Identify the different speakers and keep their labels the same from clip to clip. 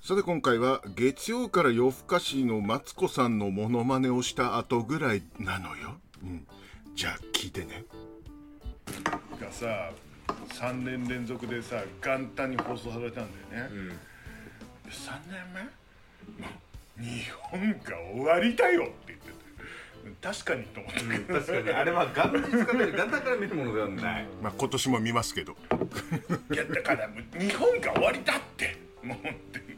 Speaker 1: さて今回は月曜から夜更かしのマツコさんのモノマネをした後ぐらいなのよ、うん、じゃあ聞いてね
Speaker 2: がさ3年連続でさ元旦に放送されたんだよね、3年目日本が終わりだよって言ってて確かにと思ったけど、
Speaker 3: 確かにあれは元日から見る元旦から見るものではない
Speaker 1: まあ今年も見ますけど
Speaker 2: いやだからもう日本が終わりだってもう本当にね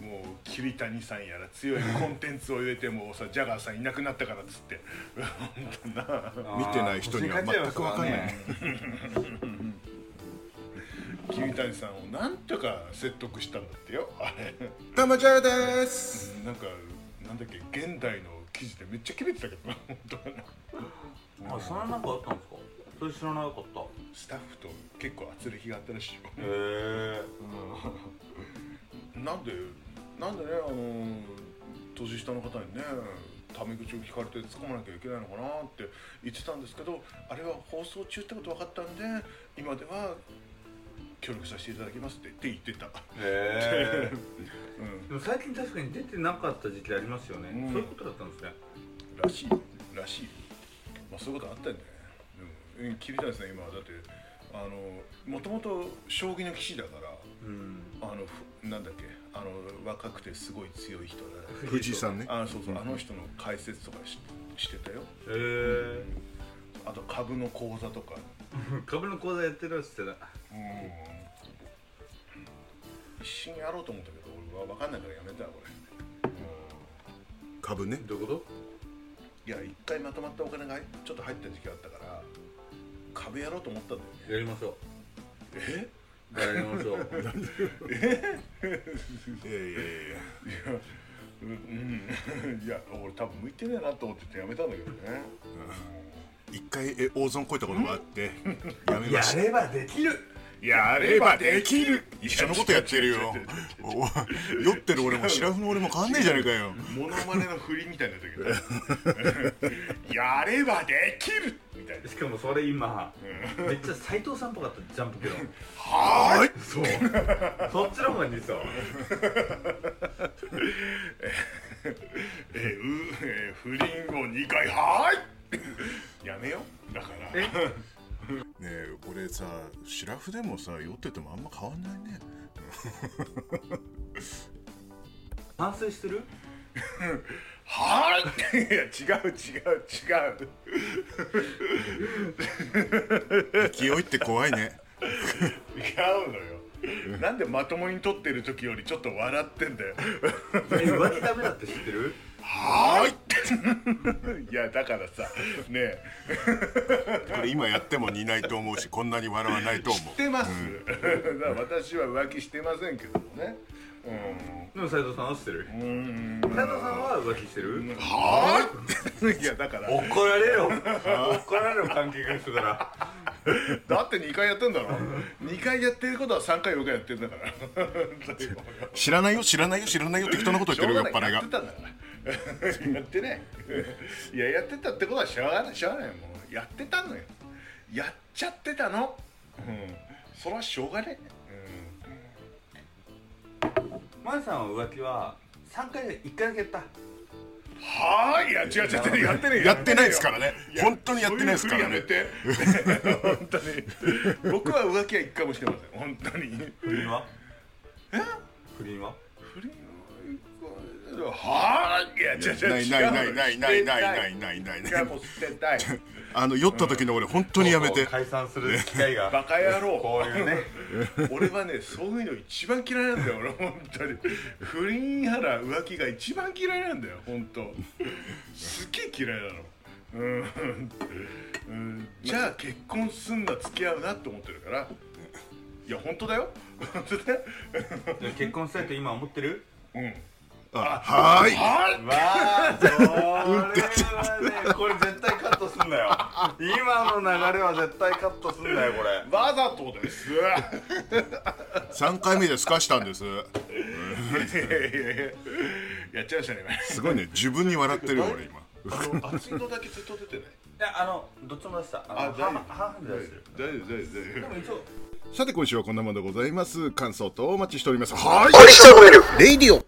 Speaker 2: もう桐谷さんやら強いコンテンツを入れてもうさジャガーさんいなくなったからっつって本当な
Speaker 1: 見てない人には全くわかんない
Speaker 3: あー
Speaker 2: 桐谷さんをなんとか説得したんだってよあれ
Speaker 1: たまちゃです
Speaker 2: なんかなんだっけ現代の記事でめっちゃ切れてたけどな本当に
Speaker 3: あそんななんかあったんですかそれ知らなかったへ
Speaker 2: スタッフと結構圧力があったらしいよ
Speaker 3: え
Speaker 2: なんでなんでねあのー年下の方にねタメ口を聞かれて突っ込まなきゃいけないのかなって言ってたんですけどあれは放送中ってこと分かったんで今では協力させていただきますってって言ってた、
Speaker 3: へえ
Speaker 2: う
Speaker 3: でも最近確かに出てなかった時期ありますよね、
Speaker 2: うん
Speaker 3: そういうことだったんですね
Speaker 2: ん、 らしいらしい、まあ、そういうことあったんだよねでもうん桐谷さん今はだってあのもともと将棋の棋士だから
Speaker 3: うん
Speaker 2: あのふなんだっけあの若くてすごい強い人だ
Speaker 1: 藤井さんね
Speaker 2: あそうそうあの人の解説とかししてたよ
Speaker 3: へえ
Speaker 2: あと株の講座とか
Speaker 3: 株の講座やってるっつってた
Speaker 2: 一瞬やろうと思ったけど俺は分かんないからやめたわこれ
Speaker 1: 株ね
Speaker 3: どういうこ
Speaker 2: いや一回まとまったお金が入っちょっと入った時期あったから株やろうと思ったんだよね
Speaker 3: とやりましょ
Speaker 2: え
Speaker 3: うやりましょう
Speaker 1: いやいやいや
Speaker 2: うん いや俺多分向いてねえなと思っててやめたんだけどね
Speaker 1: 一回え大損こいたことがあってやめました
Speaker 3: ればできる
Speaker 1: やればできる一緒のことやってるよ
Speaker 2: 違う
Speaker 1: おお酔ってる俺もシラフの俺も変わんねえじゃねえかよ
Speaker 2: モノマネの振りみたいな時けどやればできるみたいな
Speaker 3: しかもそれ今めっちゃ斎藤さんっぽかったジャンプけど
Speaker 1: はーい
Speaker 3: そう そっちの方が似てたわ
Speaker 2: えーうえー不倫を2回はーいやめよだから
Speaker 3: え
Speaker 1: ねえ俺さシラフでもさ酔っててもあんま変わんないね
Speaker 3: 反省してる
Speaker 2: はーいいや違う違う違う
Speaker 1: 勢いって怖いね
Speaker 2: 違うのよなんでまともに撮ってる時よりちょっと笑ってんだよ
Speaker 3: え浮気ダメだって知ってる
Speaker 2: はーいいやだからさねえ
Speaker 1: これ今やっても似ないと思うしこんなに笑わないと思
Speaker 2: 知ってます、だから私は浮気してませんけどもね
Speaker 3: でも斎藤さんは知ってる
Speaker 2: うんうん
Speaker 3: 斎藤さんは浮気してる
Speaker 2: はーいいやだから
Speaker 3: 怒られよ怒られよ関係が人から
Speaker 2: だって2回やってんだろ2回やってることは3回4回やってんだから
Speaker 1: う知らないよ知らないよ知らないよ適当なこと言ってるよ酔っ払い
Speaker 2: やっ
Speaker 1: が
Speaker 2: てたんだから やってねいややってたってことはしょうがないしょうがないもうやってたのよやっちゃってたのうんそれはしょうがねえ、
Speaker 3: マイさんは浮気は3回で1回だけやった
Speaker 2: うん、はあいや違う違う違うやってねえよ
Speaker 1: やってないですからね
Speaker 2: や
Speaker 1: 本当にやってないですから
Speaker 2: そう
Speaker 1: ね
Speaker 2: いうふりやめて本当に 僕は浮気は一回もしてません本当に
Speaker 3: 不倫はえ不倫は
Speaker 2: 不倫ははあいや違う違う違う
Speaker 1: ないないないないないないないないない
Speaker 2: い
Speaker 1: な
Speaker 2: や
Speaker 1: い
Speaker 2: もう捨てたい
Speaker 1: あの酔った時の俺本当にやめ
Speaker 3: そう
Speaker 1: て
Speaker 3: そう解散する機 会
Speaker 2: バ
Speaker 3: が
Speaker 2: カ野郎
Speaker 3: こういうね
Speaker 2: 俺はねそういうの一番嫌いなんだよ俺本当に不倫やら浮気が一番嫌いなんだよ本当すっげえ嫌いなのうん、うん、じゃあ結婚すんな付き合うなって思ってるからいや本当だよ本当だよ
Speaker 3: でも結婚したいと今思ってる
Speaker 2: うん
Speaker 1: あはーい
Speaker 2: あ
Speaker 3: わあそれはねこれ絶対カットすんだよ今の流れは絶対カットすんだよこれ
Speaker 2: わざとですい
Speaker 1: 3回目で透かしたんです
Speaker 2: やいやいやいややっちゃいましたね
Speaker 1: すごいね自分に笑ってるよ俺今
Speaker 2: 今あの熱いのだけずっと出てない
Speaker 3: いやあのどっちも出したあの
Speaker 2: あ大丈夫
Speaker 3: 半半々で出してる
Speaker 2: 大丈夫大丈夫大丈夫
Speaker 3: でも一応
Speaker 2: さて今週はこんなものでございます感想とお待ちしておりますはい
Speaker 4: 愛しておられるレイディオ